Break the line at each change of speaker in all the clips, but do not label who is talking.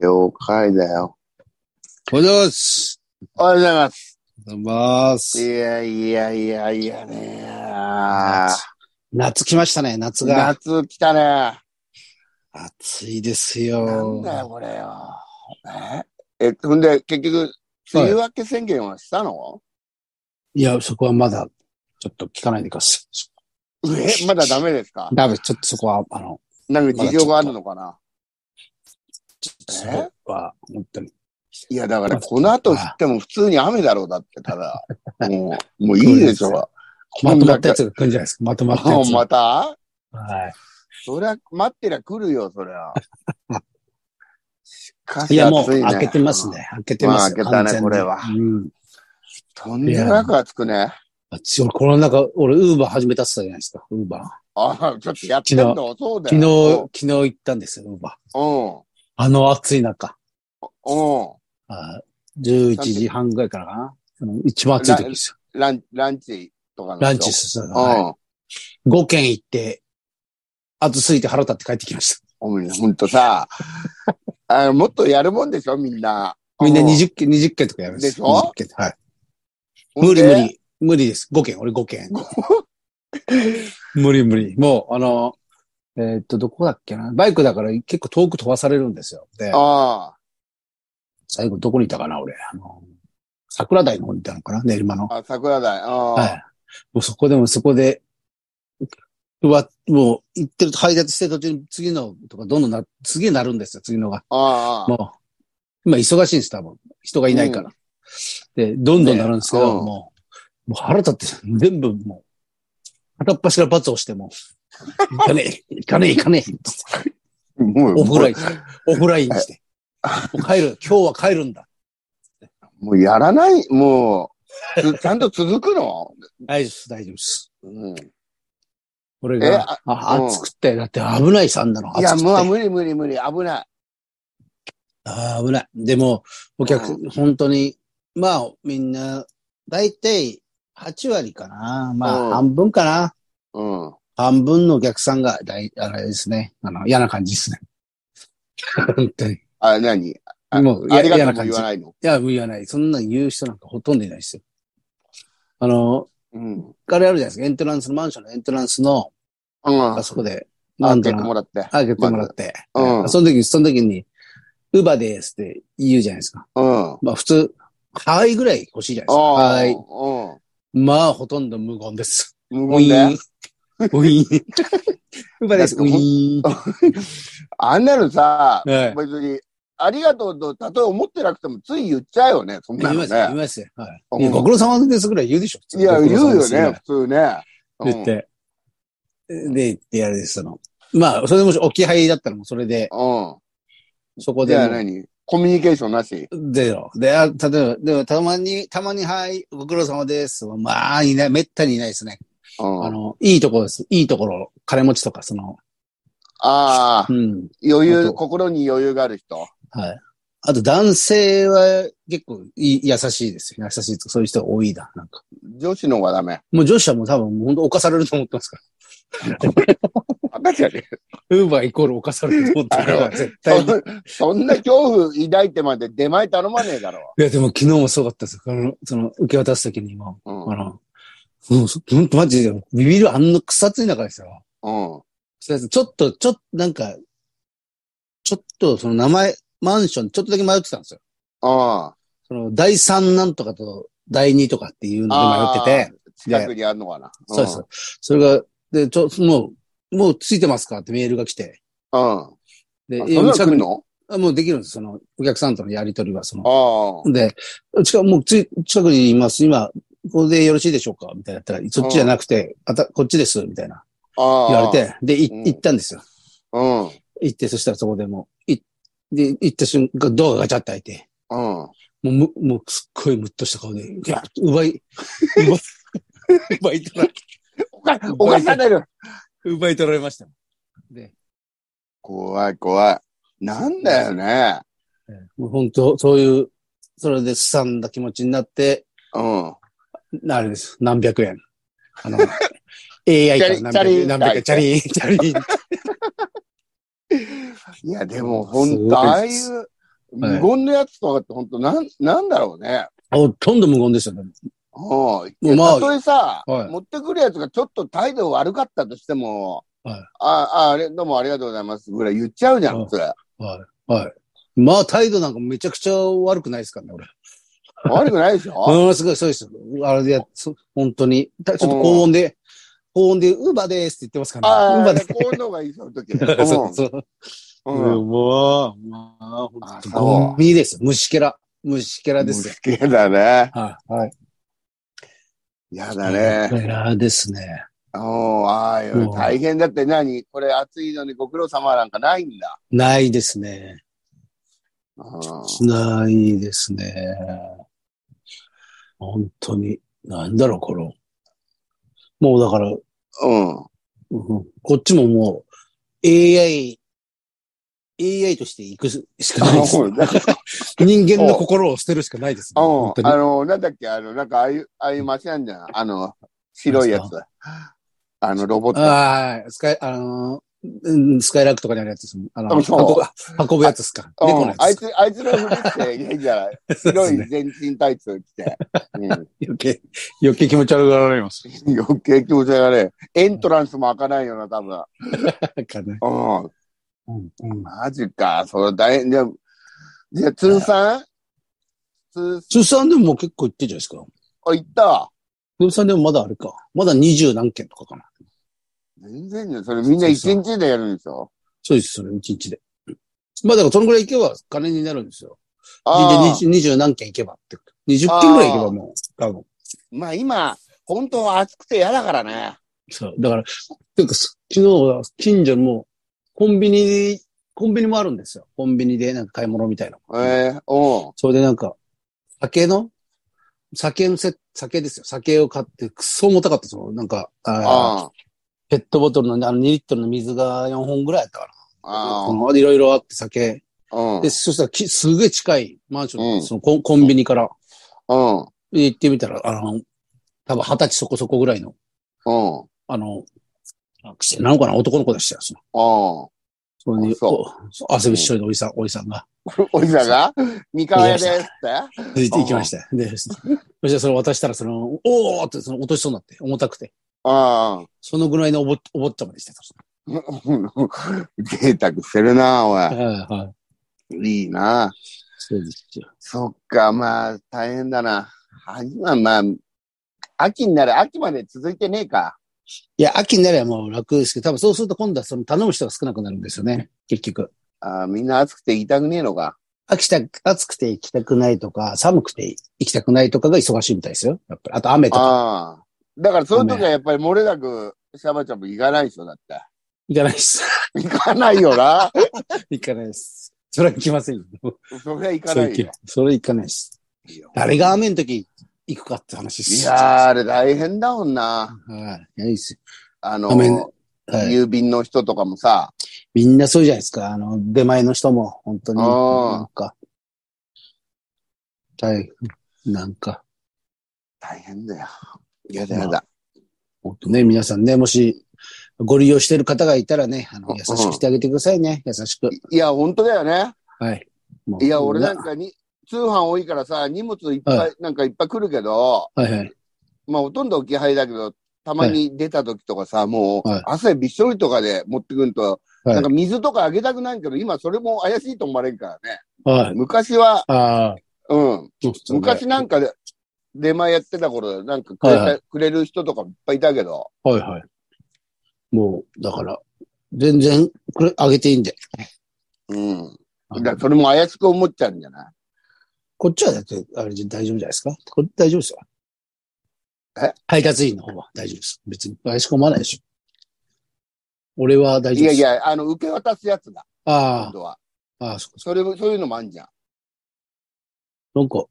はいだよ。
おはようございます。
おはようございます。
おはようございます。
いやいやいやいやね。あ
夏来ましたね、夏
ー
が。
夏来たね。
暑いです
なん
よ。
だよ、これよ。え、えほんで、結局、梅雨明け宣言はしたの、
いや、そこはまだ、ちょっと聞かないでください。
え、まだダメですか
ダメ、ちょっとそこは、あの、
なんか事情があるのかな
ちょっとそこは、本当に。
いや、だから、この後降っても普通に雨だろうだって、た だ。もう、もういいでしょ。こ
ま
ん
と
だ
まった
け
や。つが来るんじゃないですか。まとまったや
あ
つ。
また
は
そりゃ、待ってりゃ来るよ、そり ゃ。しか
い。
し、
いや、もう、
暑いね
開けてます。ね。開けてます
ま
よ。
あ開けたね
完全に
これは
うん。
とんでもなく暑くね。
私、俺、この中、俺、ウーバー始めたって言ったじゃないですか。ウーバー。
ああ、ちょっとやってんのそうだ
昨日、
よ。
昨日行ったんですよ、ウーバー。
昨
あの暑い中。
日。うん。うん。
あ11時半ぐらいからかな。あの一番暑い時ですよ。
ラン、ランチとかの人
ランチする。
うん。
はい5軒行って、暑すぎて腹立って帰ってきまし
おめえほんとさ、あのもっとやるもんでしょ、みんな。
た。みんな
う
20軒、20軒とかやるんで
で
す
しょ
?20 軒。はい。
ほん
無
で
理無理。無理です。5軒、俺5軒。 無理無理。もう、あの、えーっと、どこだっけな。バイクだから結構遠く飛ばされるんですよ。で、
あ
最後どこにいたかな、俺。あの、桜台の方にいたのかな練馬の。
あ、あ桜台。ああ、
はい。もうそこでもそこで、うわ、もう行ってると配達してる途中に次のとかどんどんな、すげえなるんですよ、次のが。
ああ、
もう、今忙しいんです、多分。人がいないから。で、どんどんなるんですけ
ね
ど、
うん
もう、もう腹立って、全部もう、片っ端から罰をしても、行かねえ、行かねえ、行かねえ、つって
も
オフライ
ン。
ン、オフラインして。もう帰る、今日は帰るんだ。
もうやらない、もう、つ ちゃんと続くの
大丈夫です、大丈夫です。
うん。い
俺
え
が
あ、
あ
うん
暑くて、だって危ないさ、あんなの。
や、
暑くて
もう無理無理無理、危ない。
ああ、危ない。でも、お客、本当に、まあ、みんな、だいたい8割かな。まあ、
うん
半分かな。
うん。
半分のお客さんが、だい、あれですね。あの、嫌な感じですね。本当に。
あ、何あ
もう、
あ
や
りがと
嫌
う
な
も
感
言
じ。
わ
い
ないの。
や、もう言わない。そんなん言う人なんかほとんどいないですよ。あの、
うん。
あれあるじゃないですか。エントランスの、マンションのエントランスの、
うん
あ。そこで、な
あ、
ん
結
と
構も
なく、
らって。
あ、結構もらって。
まず
その時、その時に、ウーバーですって言うじゃないですか。
うん。
まあ普通、はいぐらい欲しいじゃないですか。はーい。
は
まあほとんど無言です。
い。うん。無言 で。
ウィーン。ウィーン。ウーバーです。
だって
ウ
ほん
ィー
あんなのさ、
ン。はい。
別に、ありがとうと、たとえ思ってなくても、つい言っちゃうよね、そん
言
ないの
ますよ、言い
ね。
ますよ。はい。
うん
いやご苦労様ですぐらい言うでしょ。普通
いや、言うよ。ね
ご、
普通ね。うん
苦労様ですぐらい言って。で、言ってやるです、その。まあ、それでもし置き配だったらもうそれで、そこ
うん。
で
じゃあ
も
何コミュニケーションなし。
う、ゼロ。で、あ例えば、でもたまに、たまに、はい、ご苦労様です。まあ、いない、めったにいないですね。
うん。
あ
あ
の、いいところです。いいところ、金持ちとか、その、
あ
う、ん、
余
あ
裕、
と
心に余裕がある人。
はい。あと男性は結構い優しいですよ。優しいとかそういう人が多いだ。なんか。
女子の方がダメ。
もう女子はもう多分本当犯されると思ってますから。
確かに。
ウーバーイコール犯されると思ってるか
あ
ら、絶対に。い
そそんな恐怖抱いてまで出前頼まねえだろ。
や、でも昨日もすごかったですよ。あの、その、受け渡すときにも、
うん。
あの、うん、そほんとマジで、ビビるあんな草つい中ですよ。
うん。
ちょっと、ちょっと、なんか、ちょっと、その名前、マンション、ちょっとだけ迷ってたんですよ。
あ
その、第三なんとかと、第二とかっていうので迷ってて。
あ、近くにあるのかな。
そうです。それが、で、ちょ、もう、もうついてますかってメールが来て。
うん。うん。
で、
あそんなの来んの
あもうできるんです。その、お客さんとのやりとりは、その。
ああ。
で、近く、もうつい、近くにいます。今、ここでよろしいでしょうかみたいなやったら、そっちじゃなくて、あた、こっちです。みたいな。
ああ。
言われて、で、い
うん
行ったんですよ。
うん。
行って、そしたらそこでもう、い、で、行った瞬間、ドアがガチャって開いて、
うん。
もうむ、もう、すっごいムッとした顔で、いや、奪い、奪い、奪い取られ、
おか、おかされる。
奪い取られました。で、
怖い怖い。なんだよね。
もう本当、そういう、それですさんだ気持ちになって、
うん。
あれです。何百円。あの、AI から何
チャ
百
リ
円、何百円、チャリン、チャリン。
いや、でも、ほ
すご
ん
い
と、ああい
です
う、
はい
無言のやつとかって本当なん、なんだろうね。
ほとんど無言ですよね。
うん。
まあ
たとえさ、
はい
持ってくるやつがちょっと態度悪かったとしても、
はい
あ、あ、あれ、どうもありがとうございますぐらい言っちゃうじゃん、
はい
それ。
はい。はい。まあ、態度なんかめちゃくちゃ悪くないですからね、俺。
悪くないでしょ
ものすごい、そうですよ。あれでや、そ本当に。たちょっと高音で、高音で、ウーバーですって言ってますからね。ウー
あ
バー
あ、
で
こういうのがいい、その 時。
す。そうそう。
うんうん
うん、もう、まあ、ほん
あ
と
そう
ゴミです。虫けら。虫けらですよ。
虫けらだね。
はい。はい。
やだね。
虫けらですね。
おーああいう
うん
大変だって何これ暑いのにご苦労様なんかないんだ。
ないですね。
うん
ないですね。本当に。なんだろう、この。もうだから、
うん。
うんこっちももう、AI、AI としていくしかないです。
あだから
人間の心を捨てるしかないです、ね。
うん
本当に
あの、なんだっけ、あの、なんかああいう、ああいう街なんじゃないあの、白いやつ。あの、ロボット。
ああ、スカイ、あのーうんスカイラークとかにあるやつですね。あの、
あそう
運ぶ運ぶやつですか。
う
猫の
ん
や、つ
あ
で
い
すか。
つ、あいつのふりして、いいじゃ ない。白
そ
い
うですね
全身タイツを着て。うん
余計、余計気持ち悪がられます。
余計気持ち悪い。エントランスも開かないよな、多分。
なんかね。
うん。
うんうん
マジか。それ大変。じゃあ、じゃあ、通算通
通算でももう結構行ってんじゃないですか。
あ、行った。
通算でもまだあれか。まだ二十何件とかかな。
全然ね、それみんな一日でやるんですよ。
そうです、それ、一日で。まあだからそのぐらい行けば金になるんですよ。
ああ。
二十何件行けばって。二十件ぐらい行けばもう、多分。
まあ今、本当は暑くて嫌だからね。
そう。だから、てか、そ昨日は近所も、コンビニ、コンビニもあるんですよ。コンビニでなんか買い物みたいな。
ええおう
それでなんか、酒の酒のせ、酒ですよ。酒を買って、くっそ重たかったですよ。なんか、あー
あ
ペットボトルのあの2リットルの水が4本ぐらいあったから。
あ。
このいろいろあって酒。
うん。
で、そしたらき、すげえ近いマンション、
うん
そのコンコンビニから
うん。
行ってみたら、あの、多分二十歳そこそこぐらいの、
うん。
あの、学生なのかな男の子でしたよ。その
うん。
それに、
あそう
おそう汗びっしょりのおじさん、おじさんが、
おじさんが三河屋ですって
ついていきました。で、そそしてそれ渡したら、その、おーって、その落としそうになって、重たくて。
う
そのぐらいのおぼ、おぼっちゃまでしてた。
ん。贅沢してるな、おい。
はいはい。
いいな。
そうですよ。
そっか、まあ、大変だな。あ今、まあ、秋になる、秋まで続いてねえか。
いや、秋になればもう楽ですけど、多分そうすると今度はその頼む人が少なくなるんですよね。結局。
あーみんな暑くて痛くねえのか。
飽きた、暑くて行きたくないとか、寒くて行きたくないとかが忙しいみたいですよ。やっぱり。あと雨とか
ああ。だから、そういう時はやっぱり漏れなく、シャバちゃんも行かないでしょ、だって。
行かないです。
行かないよな。
行かないです。それは行きませんよ。
それは行か
それ
な
行
い
き
よ。
それ行かないです。誰が雨の時行くかって話です。
いやー、あれ大変だもんな。
はい。いやいいです
あ
ごめんね
の、
よ。はい。
郵便の人とかもさ、
みんなそうじゃないですか。あの、出前の人も、本当に。
あー
なんか。はい。なんか。
大変だよ。
い
やだやだ。
ほんとね、皆さんね、もし、ご利用している方がいたらね、あの、優しくしてあげてくださいね。優しく。
いや、本当だよね。
はい。もう
いや、俺なんかに、通販多いからさ、荷物いっぱ、
はい
なんかいっぱい来るけど、
はいはい。
まあ、ほとんど置き配だけど、たまに出た時とかさ、もう
はい、
汗びっしょりとかで持ってくると、
はい
なんか水とかあげたくないけど、今それも怪しいと思われるからね。
はい。
昔は、
ああ。
うん、
そうっすね
昔なんかで、出前やってた頃、なんかくれた
はいは
くれる人とかもいっぱいいたけど、
はいはい。もう、だから、全然、これ、あげていいんで。
うん。だからそれも怪しく思っちゃうんじゃない
こっちはだって、あれ、大丈夫じゃないですかこれ大丈夫ですよ。
え
配達員の方は大丈夫です。別に、怪しく思わないでしょ。俺は大丈
い
夫
や
です。
い。や、あの、受け渡すやつだ、今
あ
度は。
あ、ああ、そうかそ
それも、そういうのもあんじゃん。
う。なんか、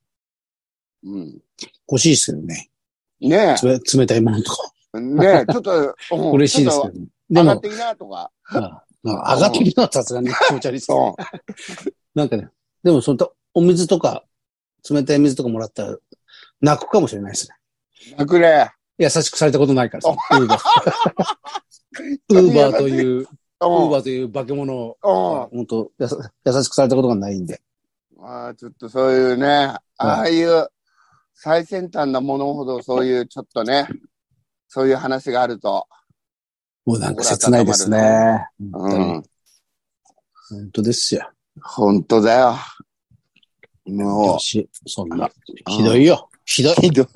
うん。
欲しいですけどね。
ね
つめ冷たいものとか。
え、ねえ、ちょっと、うん
嬉しいで
ち
す
ょ
け
っ
どね。
と
で
上がっ
も、
ていいなとか。
ああまあ上がってるのはさすがに気持ち悪いですけど。
う
なんかね、でもその、お水とか、冷たい水とかもらったら、泣くかもしれないですね。
ん。泣くね。
優しくされたことないからさ。ウー バー。
優し
ウ
い
ーバーという、ウ
う
ー
ん。
バーという化け物を、
うん。
本当優優しくされたことがないんで。
ああ、ちょっとそういうね、ああいう最先端なものほどそういうちょっとね、そういう話があると。
もうなんか切ないですね。本当
う
に
ん。
本当ですよ。
本当だよ。
よ
も
しそんな。
う。
ひどいよ。ひどい。
うん。ひどい。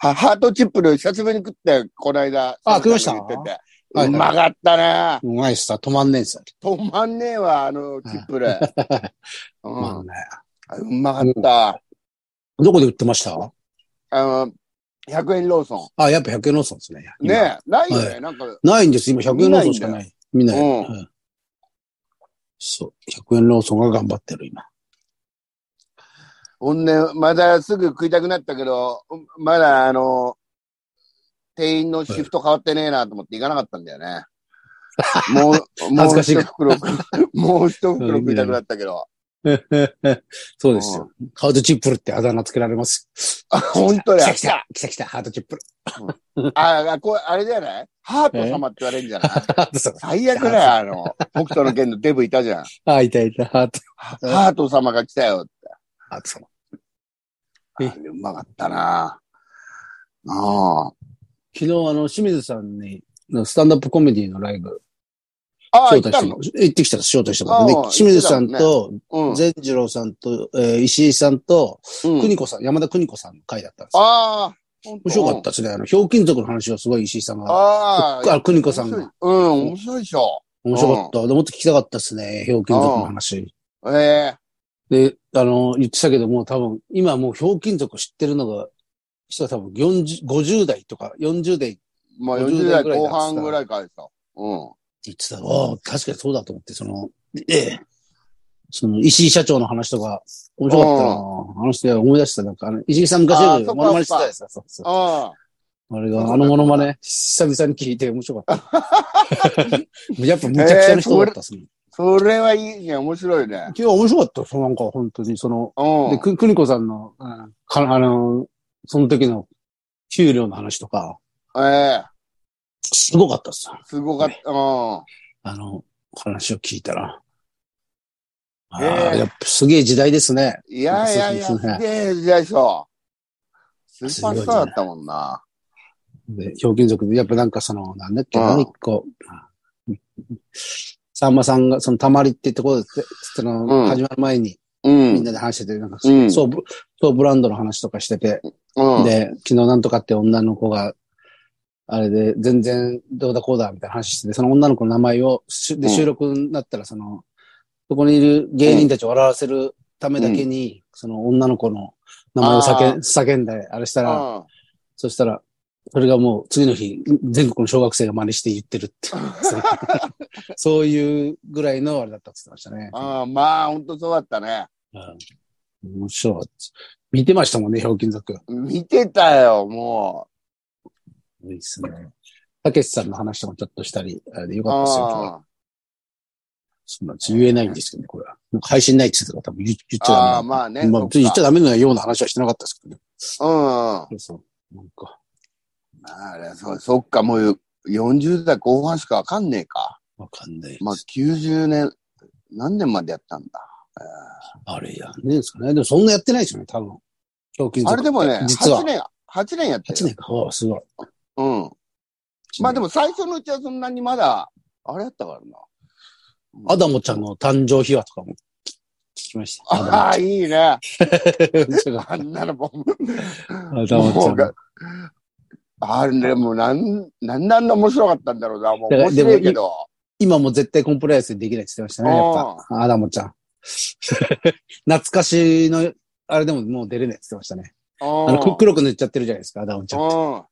はハートチップル久しぶりに食って、この間。
あ食いました
言ってて
はいう
まかったね。
うまいっすわ止まんねえっすわ
止まんねえわ、あのチップル。 う
まあ
ん
ね。
うまかった。
どこで売ってました
あの、100円ローソ
あ、やっぱ100円ローソンですね。
ン。ねえ、ないよ
は
ね、なんか。
今。ないんです。今100円ローソンしかない。見ない。
うん
うんそう。100円ローソンが頑張ってる、今。
ほんで、まだすぐ食いたくなったけど、まだあの、店員のシフト変わってねえなと思って行かなかったんだよね。 もう、も
恥
う
ずかしい
一袋、もう一袋食いたくなったけど。
そうですよ。ハートチップルってあだ名つけられます。
あ、本当
来
や
た。来た来た来たハートチップル。
あ、あこれあれじゃないハート様って言われるんじゃない
ハートさん。
最悪だよ、あの、北斗の剣のデブいたじゃん。
あ、いたいた、ハート。
ハート様が来たよ。
ハートさん。
あれうまかったなあ
昨日、あの、清水さんに、のスタンダップコメディのライブ、
あ。ああ、行っ
招待
た
して
の
も、行ってきたら、招待してもらって
ああ
ね、清水さんと、
うん。
善次郎さんと、えー石井さんと、
うん
邦子さん、山田邦子さんの回だったんですよ。
ああ、面
面白かったですね。あの、ひょうきん族の話をすごい石井さんが、
ああ、
あ、邦子さんが。
うん、面白いでしょ。
面白かった。でもっと聞きたかったですね。ひょうきん族の話。
ええ
で、あの、言ってたけども、多分、今もうひょうきん族知ってるのが、人は多分40、50代とか40代って
まあ
50
40
代
代
ぐらい
後
だっつった
半ぐらいからでした。うん。
言ってたら、ああ、確かにそうだと思って、その、ええ、その、石井社長の話とか、面白かったなあの人思い出した、なんか、あの、石井さん昔
あ
よ
あ
り
そっか
モノマネしてたやつだ、そうそう。
あ
あれが、
そうそう
あのモノマネ、久々に聞いて面白か った。やっぱむちゃくちゃな人だったっすね。
あ、それはいいね、面白いね。
いや、面白かった、そのなんか、本当に、その、
うん。
で、く、くにこさんの、うんか、あの、その時の給料の話とか、
ええ
すごかったっすよ。
すごかった。うん。
あの、話を聞いたら。ああ、
ええ
やっぱすげえ時代ですね。
いやいやいや、
そう
す
ですね
げえ時代でしょ。スーパースターだったもんな。
で、ひょうきん族で、やっぱなんかその、なんだっけ、
うん
もう一個。さんまさんが、その、たまりってところで、その、
うん
始まる前に、
う
みん
ん。
なで話してて、なんか、
うん
そう、ブそうブランドの話とかしてて、
うん。
で、昨日なんとかって女の子が、あれで、全然どうだこうだみたいな話してて、その女の子の名前を、しで
うん
収録になったら、その、そこにいる芸人たちを笑わせるためだけに、その女の子の名前を
あ
叫
ー
ん叫んで、あれした
う
ら、
ん。
そしたら、それがもう次の日、全国の小学生が真似して言ってる っていう。そういうぐらいのあれだったって言ってましたね。
ああ、まあ、ほんとそうだったね。
うん面白かった。見てましたもんね、ひょうきん族。
見てたよ、も
いいっすね。たけしさんの話とかちょっとしたり、あれでよ
う。
かったですよ、今日は。
あ
そんな言えないんですけどね、これは。なんか配信ないって言ってたから多分言っ言っちゃダメ。
あー、まあね。
まあ、
そっか
言っちゃダメなような話はしてなかったですけどね。
うん。
そうそう。なんか、
あれ、そう、そっか、もう40代後半しかわかんねえか。
わかんないです。
まあ、90年、何年までやったんだ。
あれやんねえんですかね。でもそんなやってないですよね、多分。狂金
あれでもね、
実は
8。年、8年やって
8
るよ。
年か。わあすごい。
うん。まあでも最初のうちはそんなにまだ、あれやったからな。
アダモちゃんの誕生秘話とかも聞きました。
ああ、いいね。
ア
あんなのもう、
ダモちゃん
もうあれもうなん、なんであんな面白かったんだろうな。もう
だから
面
でも
白いけど。
今も絶対コンプライアンスできないって言ってましたね、やっぱ。アダモちゃん。 懐かしの、あれでももう出れないって言ってましたね。
あ
あの、黒く塗っちゃってるじゃないですか、アダモちゃん。だ
うん。
か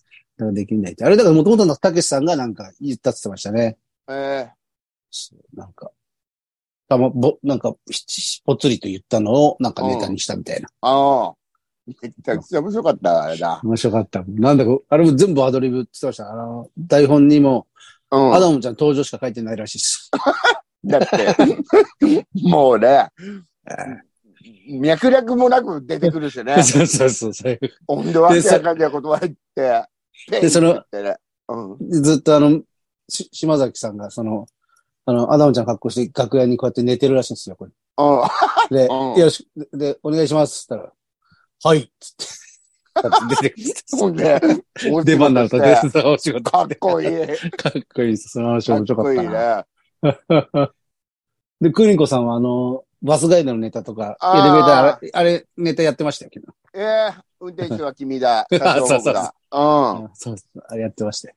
らできないって。あれだからもともとのたけしさんがなんか言ったって言ってましたね。
え
そうなんか。たま、ぼ、なんか、ひぽつりと言ったのを、なんかネタにしたみたいな。
ー、ああ。めちゃくちゃ面白かった、あれだ。
面白かった。なんだか、あれも全部アドリブって言ってました。あの、台本にも、
うん。
アダムちゃん登場しか書いてないらしいです。、
だって、もうね、脈絡もなく出てくるしね
そうそうそうそう。
温度わけわかんない言葉入って、
でその
ペンってねうん、
ずっとあの、し島崎さんが、その、あの、アダムちゃんの格好して楽屋にこうやって寝てるらしいんですよ、これ。
うん。
で、
うん
よろしく、で、お願いします。つったら、はい。っつって。だって出てきて
ほんで、
出番になると、
で
出てたお仕事。
かっこいい。
かっこいいです。その話
か
面
っ
白か
こ
っ
いい
た
ね。
な。
あ
で、クリンコさんは、あの、バスガイドのネタとか、
あー
エレベーターあれ、あれ、ネタやってましたよ、昨
ええ運転手は君だ。
そう
社長僕だ。うん。
日。そうそう、あれやってましたよ。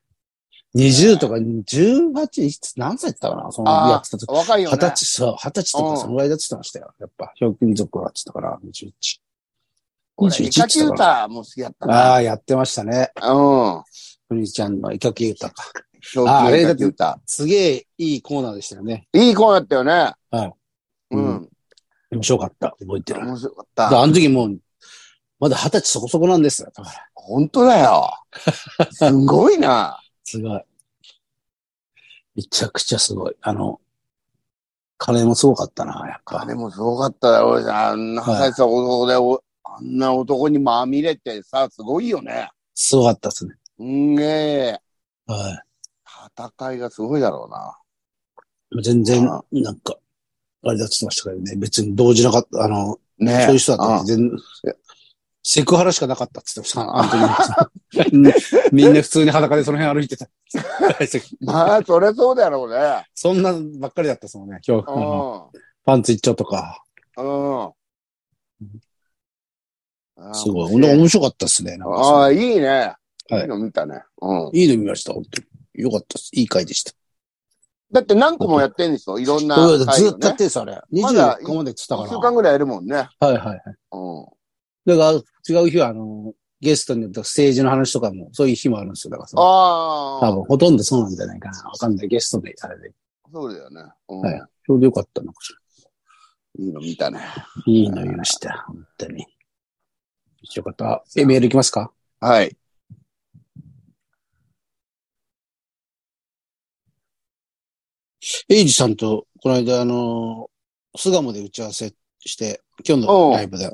20とか18、いつ何歳だったかなその、
あー
やってた時。
若いよ
二
ね。
十歳、そう、二十歳と
うん
かそのぐらいだって言ってましたよ。やっぱ、ひょうきん族はって言ったから、21。
俺、イカキュー
ら。
タも好きだった
あ
な。
あ、やってましたね。
うん。
ふりちゃんのイカキュータか。
正
ああ
気
れ
イ
だ
カ
って
キュータ。
すげえいいコーナーでしたよね。
いい子だったよね。
は
う。
うん面白かった。覚えてる。
面白かっ
で
た。
あの時もう、まだ二十歳そこそこなんですよ。だから。
本当だ よ。すごいな。
すごい。めちゃくちゃすごい。あの、カレーもすごかったな、やっぱ
金。もすごかっただろうし、あんな
はい
大した男で、おあんな男にまみれてさ、すごいよね。
すごかったですね。
うんげえ。
は
戦いがすごいだろうな。
い。全然
あ、
なんか、あれだって言ってましたけどね。別に動じなかった。あの、
ねえ
そういう人だったら全然、セクハラしかなかったって言ってました、あの時みんな みんな普通に裸でその辺歩いてた。
まあ、そりゃそうだろうね。
そんなんばっかりだったですもんね、今日。あの
う
パンツ一丁とか。
ん。うん。
すごい。
あー
面白かったですね。なんか
あー、いいね。
はい
いいの見たね。うん。
いいの見ました、本当に。よかったです。いい回でした。
だって何個もやってんでしょいろんな
そう
回をね。
ずっとやってるんですよ、あれ。
まだ
24日までって言っ
一
て
週
たか
間
ら。
ぐらいやるもんね。
はいはいはい。
うん。
だから、違う日は、あの、ゲストによって政治の話とかも、そういう日もあるんですよ。だからその、
あ
多
あ、
分、ほとんどそうなんじゃないかな。わかんない。ゲストで、あれで。
そうだよね。うん。
はいい、ちょうどよかったのかしら。
いの見たね。
いいの言いました。本当に。よかった。え、メールいきますか
はい。
エイジさんと、この間、あのー、巣鴨で打ち合わせして、今日のライブで。
う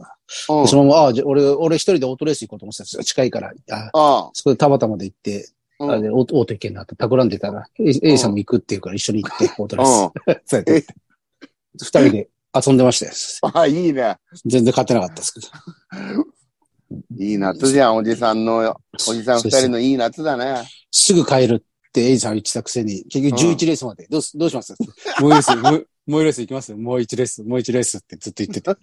ん。
そのまま、ああ、じゃあ俺、俺一人でオートレース行こうと思ってたんですよ。近いから。あ
あ
そこで田端まで行って、
あ。うん。
あ
うん。
れ、オートオート行けんなって、企んでたら、エイジエイジさんも行くっていうから一緒に行って、オートレース。そうやって行って二人で遊んでましたよ。
あ、いいね。
全然勝てなかったですけど。
いい夏じゃん、おじさんの、おじさん二人のいい夏だね。
すぐ帰るってエイジさんは言ってたくせに、結局11レースまで、どうす、どうしますもう一レース、もうもう一レース行きますもう一レース、もう一レースってずっと言ってた。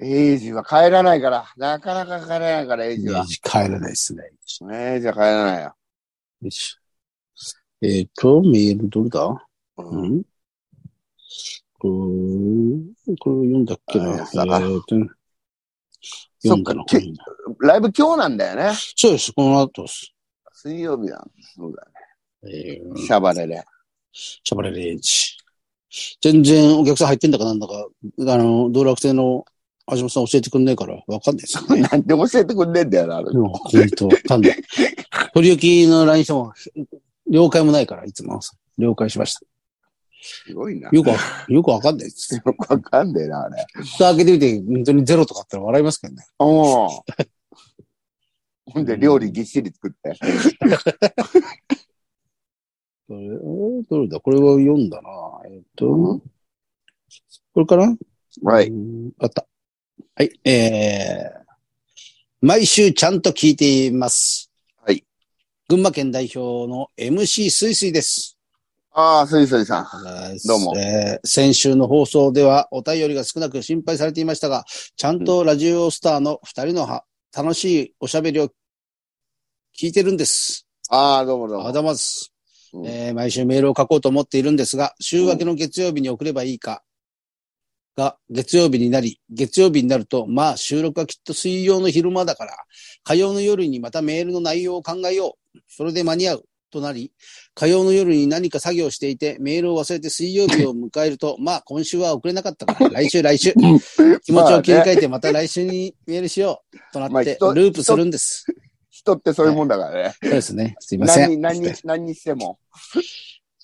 エイジは帰らないから、なかなか帰らないから、エイ
い
ジ
や
は。
帰らないですね。
エイジは帰らないよ。
よしえっ、と、メールどれだ
う。
うんんこれ、これ読んだっけ
あ
なえ
や
っ
つ
と
だな
読んだの
そっかけ
な
ライブ今日なんだよね。
そうです、この後です。
水曜日なんです。そうだ
えー
ね。シャバレで。
シャバレレンチ。全然お客さん入ってんだかなんだか、あの、道楽亭の橋本さん教えてくんないからわかんないですよね。
なんで教えてくんねえんだよな、あれ
うん、本当わかんない。取り置きの LINE しても、了解もないから、いつも。了解しました。
すごいな。
よくわ、よくわかんないです。
よくわかんねえな、あれ。
蓋開けてみて、本当にゼロとかあったら笑いますけどね。
おお。ほんで、料理ぎっしり作って。
これ、えーどれだこれは読んだな。えっと、これかな
は
う。んあった。はい、えー、毎週ちゃんと聞いています。
はい。
群馬県代表の MC すいすいです。
ああ、すいすいさん。どうも
えー先週の放送ではお便りが少なく心配されていましたが、ちゃんとラジオスターの二人のは楽しいおしゃべりを聞いてるんです。
ああ、どうもどう
あ
も。
ざま
う
す。
ん
えー毎週メールを書こうと思っているんですが、週明けの月曜日に送ればいいか、が月曜日になり、月曜日になると、まあ収録はきっと水曜の昼間だから、火曜の夜にまたメールの内容を考えよう。それで間に合う。となり、火曜の夜に何か作業していて、メールを忘れて水曜日を迎え ると、まあ今週は送れなかったから、来週来週。気持ちを切り替えてまた来週にメールしよう。とな
まあ
って、
人
ループするんです。
人ってそういうもんだからね。
そうですね。すいません。
何、何、何にしても。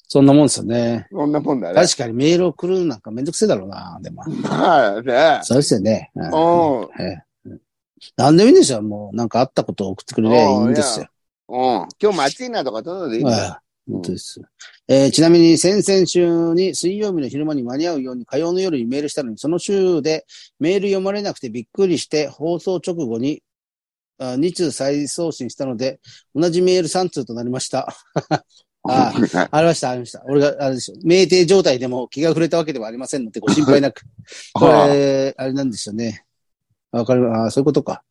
そんなもんですよね。
そんなもんだね。
確かにメール送るなんかめんどくせえだろうな、でも。
まあね。
そうですよね。う
う
ん
ん。
ええ何でもいいんですよ。もう、なんかあったことを送ってくれりゃいいんですよ。
うん。今日も暑いなとか、そういうのでいいん
え
だよ。
え本当です。えーちなみに先々週に水曜日の昼間に間に合うように火曜の夜にメールしたのに、その週でメール読まれなくてびっくりして放送直後にあ2通再送信したので、同じメール3通となりました。あ
あ
ありました、ありました。俺が、あれですよ。酩酊状態でも気が触れたわけではありませんので、ご心配なく。これ、あれなんですよね。わかりまあーそういうことか。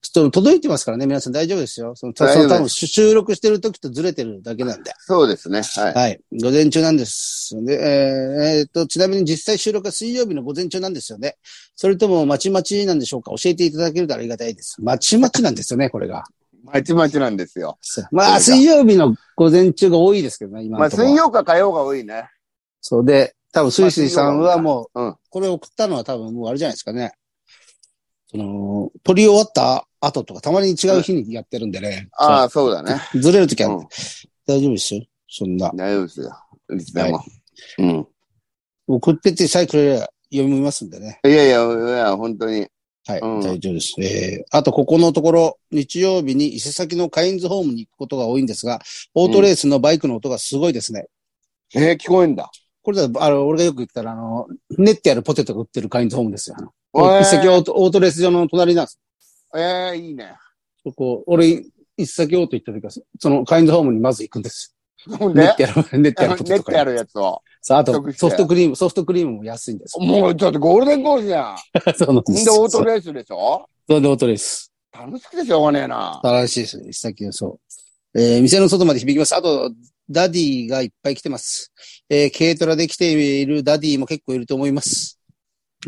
ちょっと届いてますからね、皆さん大丈夫ですよ。その、そ
大丈夫
の
です
多分収録してる時とずれてるだけなんで。
そうですね。は
はい。午前中なんですよね。えーえーっと、ちなみに実際収録は水曜日の午前中なんですよね。それとも、まちまちなんでしょうか教えていただけるとありがたいです。まちまちなんですよね、これが。
い。まちまちなんですよ。
ま あ、
そうか
水曜日の午前中が多いですけどね、今
ま
の
あ、
ところ。
水曜か火曜が多いね。
そうで、多分、スイスイさんはも
うん
う、これ送ったのは多分もうあれじゃないですかね。その、撮り終わった後とか、たまに違う日にやってるんでね。
ああ、そうだね。
そうずれるときは、
うん
大丈夫ですよ。そんな。
大丈夫ですよ。いつでも。うん。
送ってってさえくれれば読みますんでね。
いやいや、いや、本当に。
はい、
うん
大丈夫です。えー、あと、ここのところ、日曜日に伊勢崎のカインズホームに行くことが多いんですが、オートレースのバイクの音がすごいですね。
えー、聞こえんだ。
これだ、あの、俺がよく言ったら、あの、練ってあるポテトが売ってるカインズホームですよ。あの
え
伊勢崎オートオートレース場の隣なんです
ー、えーいいね。
そこ、俺、一先オート行った時は、そのカインズホームにまず行くんです
ほん
よ。練
で
ってやる、練ってやるポ
練
テ
っ
ト
てあ
か。
るやつを。
さあ、あ
即
と、
して
ソフトクリーム、ソフトクリームも安いんですよ。
もう、ちょっとゴールデンコースじゃん。
そうなん
ほん
です
で、オート
レ
レースでしょ
そうでオートレース。
楽しくてしょうがねえな。
素晴らしいですね、一先はそう。えー店の外まで響きます。あと、ダディがいっぱい来てます。えー軽トラで来ているダディも結構いると思いま
う
す。
ん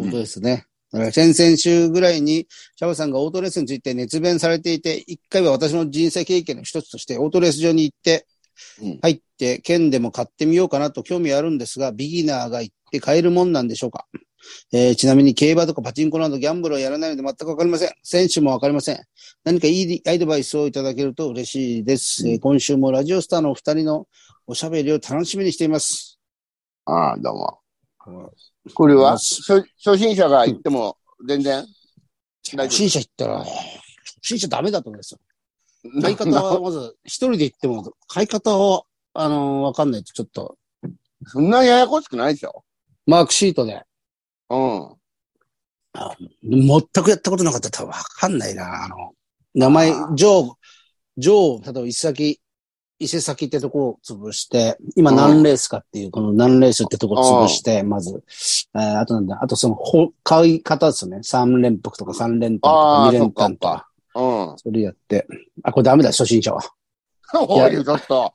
本当ですね。だから先々週ぐらいに、シャバさんがオートレースについて熱弁されていて、一回は私の人生経験の一つとして、オートレース場に行って、
うん
入って、券でも買ってみようかなと興味あるんですが、ビギナーが行って買えるもんなんでしょうか、えーちなみに競馬とかパチンコなどギャンブルをやらないので全くわかりません。選手もわかりません。何かいいアドバイスをいただけると嬉しいです。えー今週もラジオスターのお二人のおしゃべりを楽しみにしています。
ああ、どうも。これは、初初心者が行っても、全然。大
初
丈
心者行ったら、初心者ダメだと思うんですよ。
夫
買い方はまず、一人で行っても、買い方を、あのーわかんないとちょっと、
そんなややこしくないでしょ。
マークシートで、
うん。
全くやったことなかったら多分わかんないな。あの、名前
あ、
ジョー、ジョー、例えば伊勢崎、伊勢崎ってとこを潰して、今
うん
何レースかっていう、この何レースってとこを潰して、まず、えーあとなんだ、あとその、ほ買い方ですよね。3連泊とか3連単と
あー
か2連単と
そっ
か、
うん。
それやって。あ、これダメだ、初心者は。
おい、ちょっと。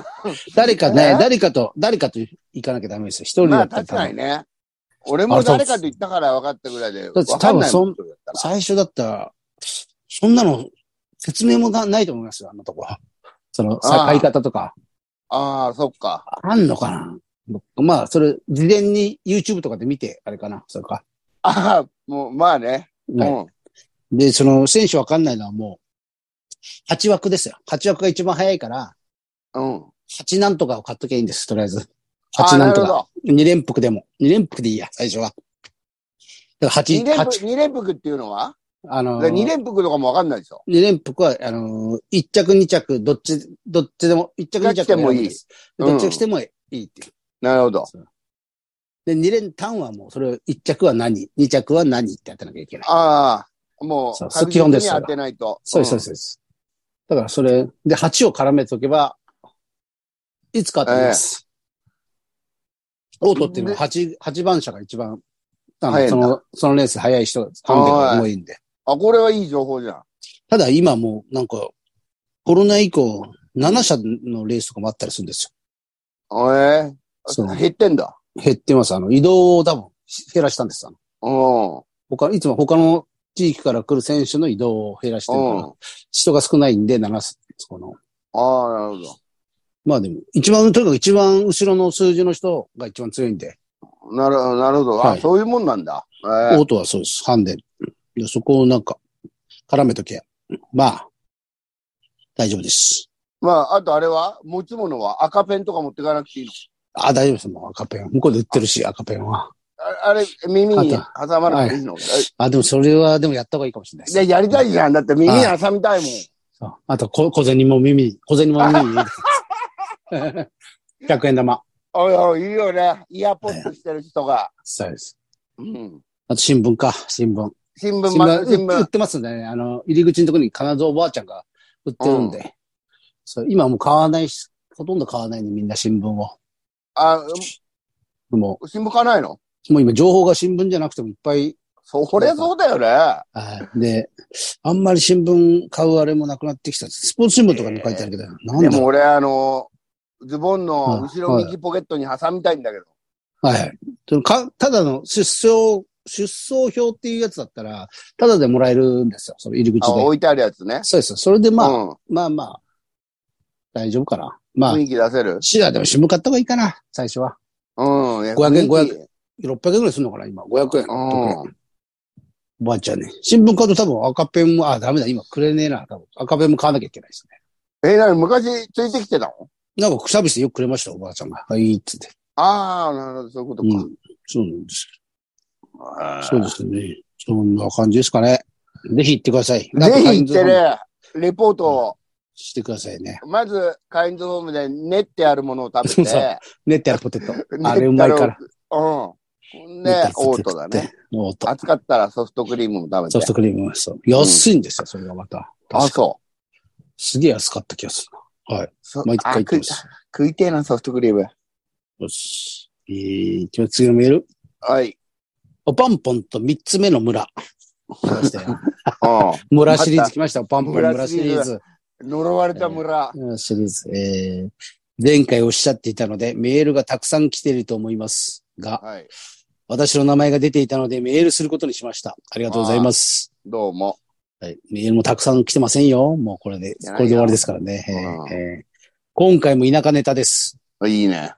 誰か
え
ね、
ー
誰かと、誰かと行かなきゃダメですよ。一人
ま
だ
あ、
ったら
確
多
かに
分。
ね。俺も誰かと言ったから分かったぐらいで。
だって
分かんないもん
多分最初だったら、そんなの、説明もなないと思いますよ、あんなとこは。その、
あー
買い方とか。
ああ、そっか。
あんのかなまあ、それ、事前に YouTube とかで見て、あれかな、それか。
ああ、もう、まあね。う
はい
ん。
で、その、選手わかんないのはもう、8枠ですよ。8枠が一番早いから、
うん。
8なんとかを買っときゃいいんです、とりあえず。
ああ、
8な
なんる
と
ほ
か。
ど。
2連服でも。2連服でいいや、最初は。だから
二
8、
連
八
複、二連複っていうのは
あのー、
二連複とかも分かんないでしょ。
二連服は、あのー、1着2着、どっち、どっちでも、1着2
どっ
着
ちでもいい
選ぶんです
うん
どっちが来てもいいっていう。
なるほど。
で、二連単はもう、それを1着は何、2着は何ってやってなきゃいけない。
ああ、も
そう
う、
そう基本です
確実に当てないと。
そうです、そうですそうです。だからそれ、で、8を絡めておけば、いつか当たります。オートっていうのは8、八番車が一番、あ
早
の
い
そ
んだ
の、そのレース早い人が、ハンデが多いんで。
あ、これはいい情報じゃん。
ただ今もう、なんか、コロナ以降、7社のレースとかもあったりするんです
え
そう
え。減ってんだ。
よ。減ってます。あの、移動を多分減らしたんです。あの
うん。うん。
他、いつも他の地域から来る選手の移動を減らしてるから、人が少ないんで、7す、この。
ああ、なるほ
まあでも、一番、とにかく一番後ろの数字の人が一番強いんで、
ど。なるほど、なるほど。
は
あ、
い
そういうもんなんだ。え
オ
え
ートはそうです、ハンデで。そこをなんか、絡めとけ。まあ、大丈夫です。
まあ、あとあれは持ち物は赤ペンとか持ってかなくていいの
あ、大丈夫です、もう赤ペン。向こうで売ってるし、赤ペンは。
ああれ、耳に挟まなくていいの、
あ、でもそれは、でもやった方がいいかもしれないです。
でやりたいじゃん。だって耳に挟みたいもん。
そうあと、こ小銭も耳に、小銭も耳に。 100円玉。
おいおい、いるよね。イヤーポップしてる人が。
そうです。
うん。
あと新聞か、新聞。
新
新
聞、
聞
ま、新
売っ
聞。
てますんでね。あの、入り口のところに金蔵おばあちゃんが売ってるんで。そう、今はもう買わないし、ほとんど買わないね、みんな新聞を。
あ、
も
新聞買わないの
う、もう今情報が新聞じゃなくてもいっぱい
そ、これそうだよね。
はい。で、あんまり新聞買うあれもなくなってきた。スポーツ新聞とかに書いてあるけど、なん
で
だ
も
ろ
俺、あの、ズボンの
はい
後ろ右ポケットに挟みたいんだけど。
う。はい。でもかただの出生、出走表っていうやつだったら、ただでもらえるんですよ。その入り口
あ、
で。
置いてあるやつね。
そうですよ。それでまあ、
うん。
まあまあ、大丈夫かな。まあ
雰、囲気出せる
シアでも新聞買った方がいいかな、最初は。
うん。いや
500円
雰囲気
600円ぐらいするのかな、今。500円。
うん
特におばあちゃんね。新聞買うと多分赤ペンも、あ、ダメだ、今くれねえな、多分。赤ペンも買わなきゃいけないですね。
え、なに昔ついてきてたの
なんか、くしゃみしてよくくれました、おばあちゃんが。はい、っつって。
ああ、なるほど、そういうことか。
うん。そうなんです。
あー
そうですね。そんな感じですかね。ぜひ行ってください。
ぜひ行って。ね、レポートを、
してくださいね。
まず、カインズホームで練ってあるものを食べ
そう
て、
練ってあるポテト。あ
練
れう
って
まいから。
ろう。うん。
練ってあ
で
る、
オ
ポ
ー
テ
ト
食
だ
って
ね。。
オート。
暑かったらソフトクリームも食べて。
ソフトクリームもそう。安いんですよ、それがまた。
あ、そ
すげえ安かった気がする
う。そう
な。毎
あ
回行って
食い
ます。
食いてえな、ソフトクリーム。
よし。えー、じゃあ次のメール。
はい。
おパンポンと三つ目の村。来ましたよ
う
村シリーズ来ました。おパンポン
村
村
シ
シ
リーズ
リーズ。
ん。呪われた村。
うんシリーズ。えー、前回おっしゃっていたので、メールがたくさん来ていると思いますが、
はい。
私の名前が出ていたので、メールすることにしました。ありがとうございます。
どうも。
はい、メールもたくさん来てませんよ。もうこれで、
じゃ
こ
ないよ
れで終わりですからね。え
うん
ーえー今回も田舎ネタです。
いいね。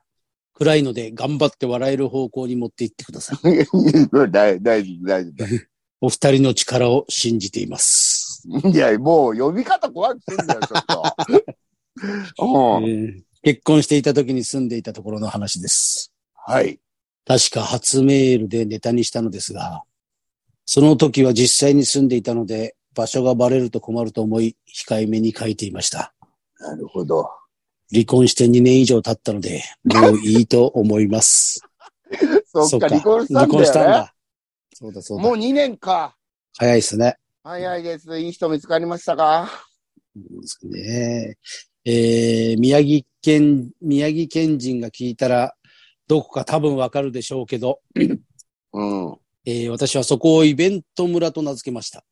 暗いので頑張って笑える方向に持っていってください。
大大丈夫、大丈
お二人の力を信じています。
夫。いや、もう呼び方怖くすんだよ、ちょっ と。うん。
えー結婚していた時に住んでいたところの話です。
はい。
確か初メールでネタにしたのですが、その時は実際に住んでいたので、場所がバレると困ると思い、控えめに書いていました。
なるほど。
離婚して2年以上経ったので、もういいと思 います。
そっか、離婚したんだよ、ね。
離婚したんだ。そうだそうだ
も。う2年か。
早いですね。
早いです。いい人見つかりましたか
そうですね。えー、宮城県、宮城県人が聞いたら、どこか多分わかるでしょうけど、
うん。
えー私はそこをイベント村と名付けました。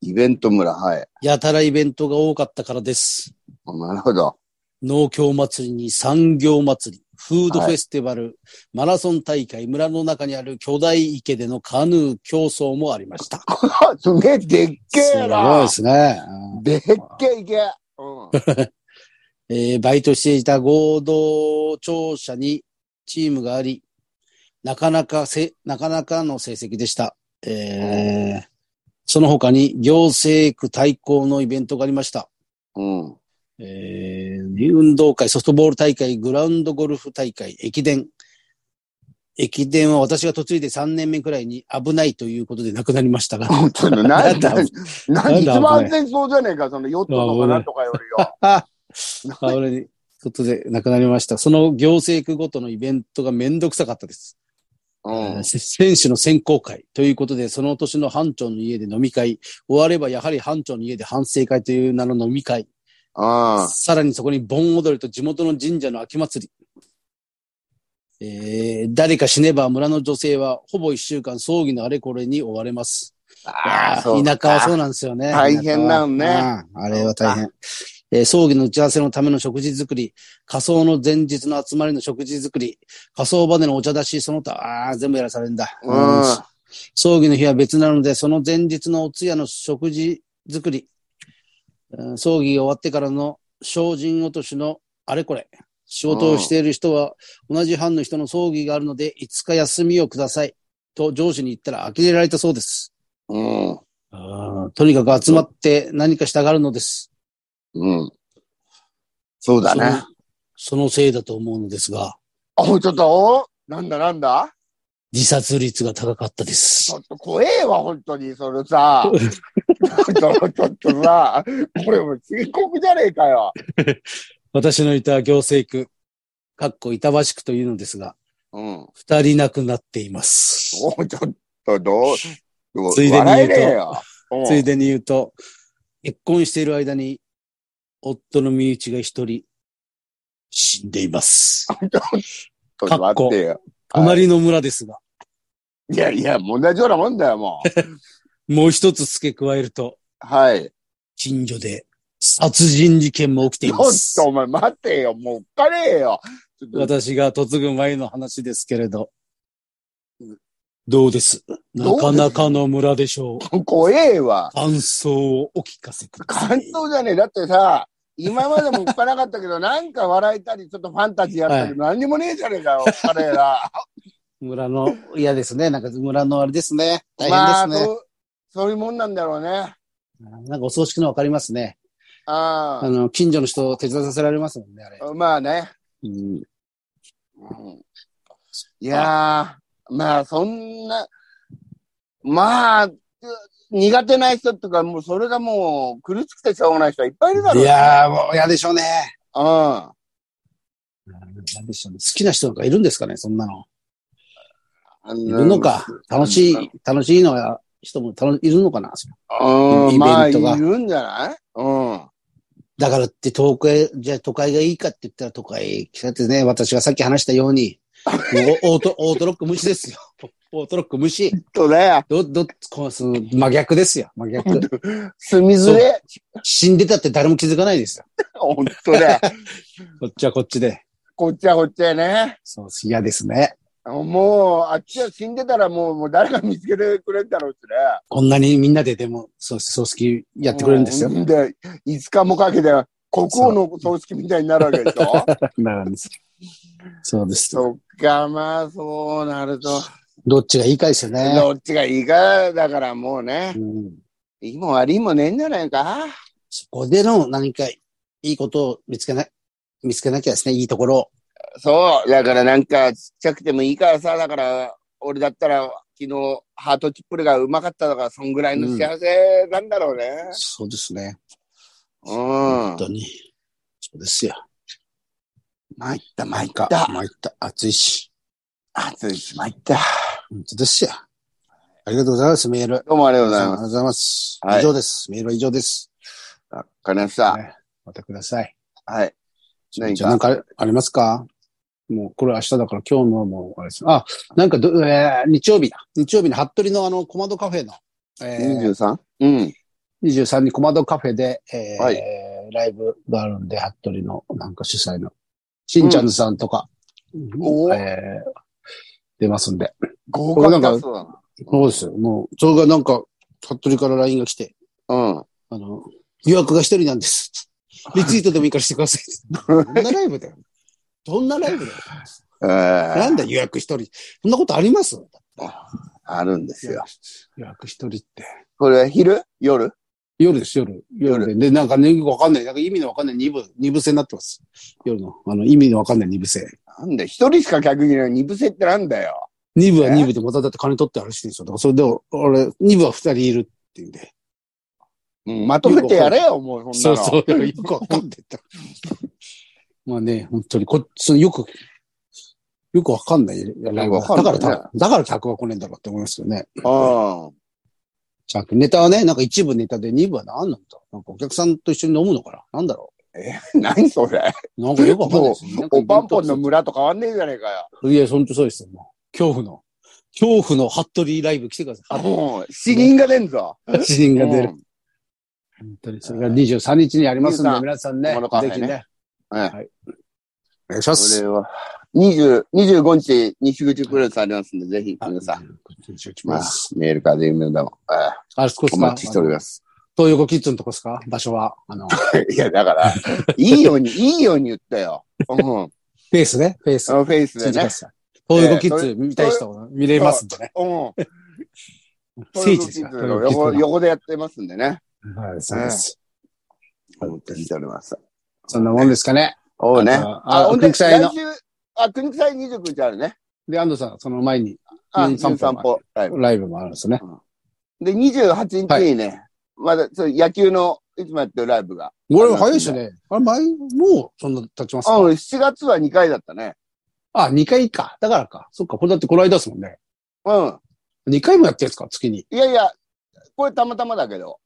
イベント村、はい。
やたらイベントが多かったからです。
なるほど。
農協祭りに産業祭り、フードフェスティバル、マラソン大会、村の中にある巨大池でのカヌー競争もありました。
すげえ、でっけ
す
え
ごい
な
で。すね。うん
でっけえ、いけ。う
えーバイトしていた合同庁舎にチームがあり、なかなかせ、なかなかの成績でした。えーその他に行政区対抗のイベントがありました。
ん。うん。
えー運動会、ソフトボール大会、グラウンドゴルフ大会、駅伝。駅伝は私が嫁いで3年目くらいに危ないということで亡くなりました が。
本当に、な、
なんだ
な、な、
なん
一
だ
番安全そうじゃねえか、そのヨットとかなんとかよりよ。
あ、あ俺に、ことで亡くなりました。その行政区ごとのイベントがめんどくさかったです。
うん。
選手の選考会ということで、その年の班長の家で飲み会、終わればやはり班長の家で反省会という名の飲み会、
あ
さらにそこに盆踊りと地元の神社の秋祭り。えー誰か死ねば村の女性はほぼ一週間葬儀のあれこれに追われます。
あー、
いやー田舎はそううなんですよね。
大変なのね
田舎は。うんあれは大変。えー葬儀の打ち合わせのための食事作り、仮装の前日の集まりの食事作り、仮装場でのお茶出し、その他、ああ、全部やらされるんだ。
うん
うん葬儀の日は別なので、その前日のお通夜の食事作り、うん葬儀が終わってからの精進落としのあれこれ、仕事をしている人は同じ班の人の葬儀があるので、5日休みをください。と上司に言ったら呆れられたそうです。
うん。
とにかく集まって何かしたがるのです。
うん。そうだね。
その。そのせいだと思うのですが、
あ、ちょっと、おなんだなんだ
自殺率が高かったで
ち
す
ょ。っと怖えわ、本当に、それさ。 ちょっと、ちょっとさ、これもう深刻じゃねえかよ。
私のいた行政区、かっこ板橋区というのですが、
うん。
二人亡くなっています。
おうちょっと、どう、どう
ついでに言うと
笑えねえよ。うん
ついでに言うと、結婚している間に、夫の身内が一人、死んでいます。
ちょっと待ってよ。はい
隣の村ですが、
いやいや、もう同じようなもんだよ、もう。
もう一つ付け加えると、
はい。
近所で殺人事件も起きて
ち
い
ょっ
ます
と。お前待ってよ、もうおっかねえよ。ちょっと
私が嫁ぐ前の話ですけれど。どうですなかなかの村でしょう。
怖えわ。
感想をお聞かせくださ
感
い。
動じゃねえ。だってさ、今までもおっかなかったけど、なんか笑えたり、ちょっとファンタジーやったり、何にもねえじゃねえかよ、おっかねえな。
村の、嫌ですね。なんか村のあれですね。 大
まあ
変ですね。
そうそういうもんなんだろうね。
なんかお葬式のわかりますね。
あ
あの、近所の人を手伝わさせられますもんね、あれ。
あまあね。
うん、
うんいやー、まあそんな、まあ、苦手な人とか、もうそれがもう苦しくてしょうがない人はいっぱいいるだろう
い
ね。
やー、もう嫌でしょうね。
うん。
嫌でしょうね。好きな人なんかいるんですかね、そんなの。
あ
いるの。か。楽しい、楽しいのは、人も楽いるのかな。
うん、
イベントが
まあ、いるんじゃないうん。
だからって東海、じゃあ都会がいいかって言ったら都会、だってね、私がさっき話したように、もうオート、オートロック無視ですよ。オートロック無視。
とね、
ど、ど、こうその真逆ですよ。真逆。
住みづれ。
死んでたって誰も気づかないですよ。
ほんとね。
こっちはこっちで。
こっちはこっちやね。
そう、嫌ですね。
もう、あっちは死んでたらもう、もう誰が見つけてくれんだろうしね。
こんなにみんなででも、そう、葬式やってくれるんですよ。
うで、5日もかけて、国王の葬式みたいになるわけでし ょ
なんですそうです。
そっか、まあ、そうなると。
どっちがいいかですよね。
どっちがいいか、だからもうね
う。ん、
いいも悪いもねえんじゃないか。
そこでの何かいいことを見つけな、見つけなきゃですね。いいところを。
そう、だからなんかちっちゃくてもいいからさ、だから俺だったら昨日ハートチップルがうまかったとか、そんぐらいの幸せなんだろうね。
そうですね。
うん。
本当に。そうですよ。
参った参
毎
っ
回
た。
参った。暑いし。
暑いし参った。
本当ですよ。ありがとうございます、メール。
どうもありがとうござい
ありが
ます。
とうございます。
はい
以上です。メールは以上です。
わかりました。
またください。
はい。何
じゃあ、
か
なんかありますかもう、これ明日だから今日のもう、あれです。あ、なんかど、えー日曜日だ。日曜日の服部のあの、コマドカフェの、えー、
23? うん。
23にコマドカフェで、えー
はい
ライブがあるんで、服部のなんか主催の、しんちゃんさんとか、
おー
えー出ますんで。
合格だそうだな。
そうですよ。もう、それがなんか、服部から LINE が来て、
うん。
あの、予約が一人なんです。リツイートでもいいからしてください。 どんなライブだよ。どんなライブだよ。
え
な
ー、
んだ予約一人。そんなことあります
あるんですよ。
予約一人って。
これは昼夜
夜です、夜。夜で。で、なんかね、よくわかんない。なんか意味のわかんない二部、二部制になってます。夜の。あの、意味のわかんない二部制。
なんで一人しか客にいない二部制ってなんだよ。
二部は二部でまただって金取ってあるしいですよ。だからそれで、俺、二部は二人いるっていうんで。
うん、まとめてやれよ、もうそ
そ
ん
う
なの。
そう、よくわ かんでた。まあね、本当にこ、そのよく、よくわかんないライブ
わかん
だ
ない
か
ね
らた、だから客は来ねえんだろうって思いますよね。
うん。
ちゃんとネタはね、なんか一部ネタで二部は何なんだなんかお客さんと一緒に飲むのかななんだろ
何それ
うなんかよくわかんないですね。なんか
おパンポンの村と変わんねえじゃねえかよ。
いや、ほんとそうですよ。もう恐怖の。恐怖の服部ライブ来てくださ
もう、死人が出んぞ。
い。死人が出る。
うん。
本当に。それが23日にありますん
23
で、皆さんね、
このカフェ
ぜ
ね
ひね。
うん
はい。お願いします。
それは、20、25日、西口プロレスありますんで、ぜひ皆さん、まあ、メールか G メールでも、えー
あれ、少し
お待ちしております。
東横キッズのとこですか場所は。あの、フ
いや、だから、いいよう に、いいように言ったよ。うん。
ェイスね、フェイス。
あのフェイスで
信じてく
ね
だ。さい東横キッズ見たい人は見れますんでね。
うん。
聖地ですか
そういうこと横
東
横でやってますんでね。
はい、そうです。
お待ちしております。
そんなもんですかね。
おうね。
ああ、
ほん
国
で、
際
来
の。
週、あ、国際29日あるね。
で、安藤さん、その前に
あ、
うん
散
散歩
歩。ライブ
ライブもあるんですね。
で、28日にね、まだ、そう、野球のいつもやってるライブが。
これ早いですね。あれ、前、もう、そんな経ちます
あ、
か
俺7月は2回だったね。
あ、2回か。だからか。そっか、これだってこの間ですもんね。
うん。
2回もやってるんですか月に。
いやいや、これたまたまだけど、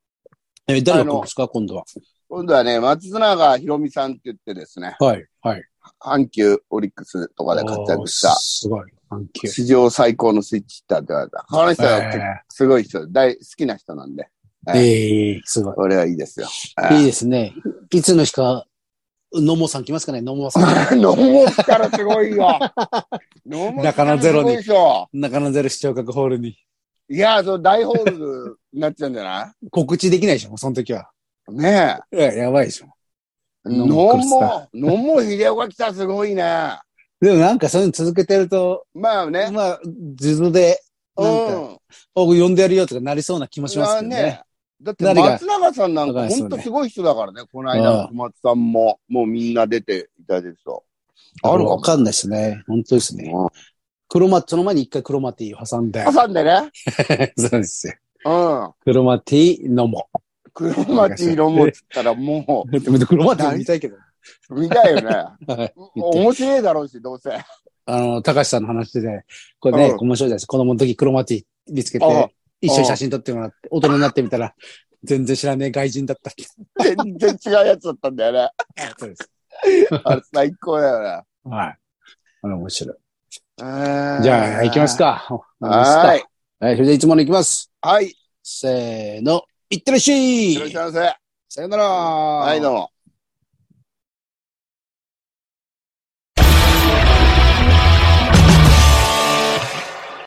え、誰が来るんですか今度は。
今度はね、松永ひろみさんって言ってですね、
はい、はい。
阪急オリックスとかで活躍し
あー
た、
すごい。サンキュー。
史上最高のスイッチヒッターって言われた。この人はすごい人、大好きな人なんで、
えーえー、すごい。
俺はいい ですよ。
いいですね。いつの日か、野茂さん来ますかね野茂 さん。
ノモスからすごい よ。ノモスからすごいでしょ。
中野ゼル視聴覚ホールに。
いや、そう大ホールになっちゃうんじゃな
告知できないでしょその時は。
いねえ。
いや、やばいでしょ。
ノモ、ノモ秀夫が来たらすごいね。
でもなんかそういうの続けてると、
まあね。
まあ、地図で、なんか、
うん。
お呼んでやるよとかなりそうな気もしますけど
まあ
ね。。
だって
誰が
松永さんなんか
松永さんね
本当すごい人だからね。この間の小松さんも、もうみんな出ていただいてる人。あるか
わ
も。
かんないですね。本当ですね。クロマ、その前に一回クロマティを挟んで。
挟んでね。
そうですよ。
うん。
クロマティ、野茂。
黒町色もっつったらも
クロマティ見たいけど。
う、見たいよ
は
ね
い。
面白いだろうし、どうせ。
あの、高橋さんの話で、これね、
うん
面白いじゃないですか。子供の時クロマティ見つけ
ああ
て、一緒に写真撮ってもらって、大人になってみたら、全然知らねえ外人だったって。
全然違うやつだったんだよね。
そうです。
あれ最高だよね。
はい。あれ面白い。
うーん
じゃあ、行きます。か。
はーい。
はい、それではいつもの行きます。
はい。
せーの。いってらっし
いら
ゃ
っ
い
しゃいませ。
さよなら
はい、どうも。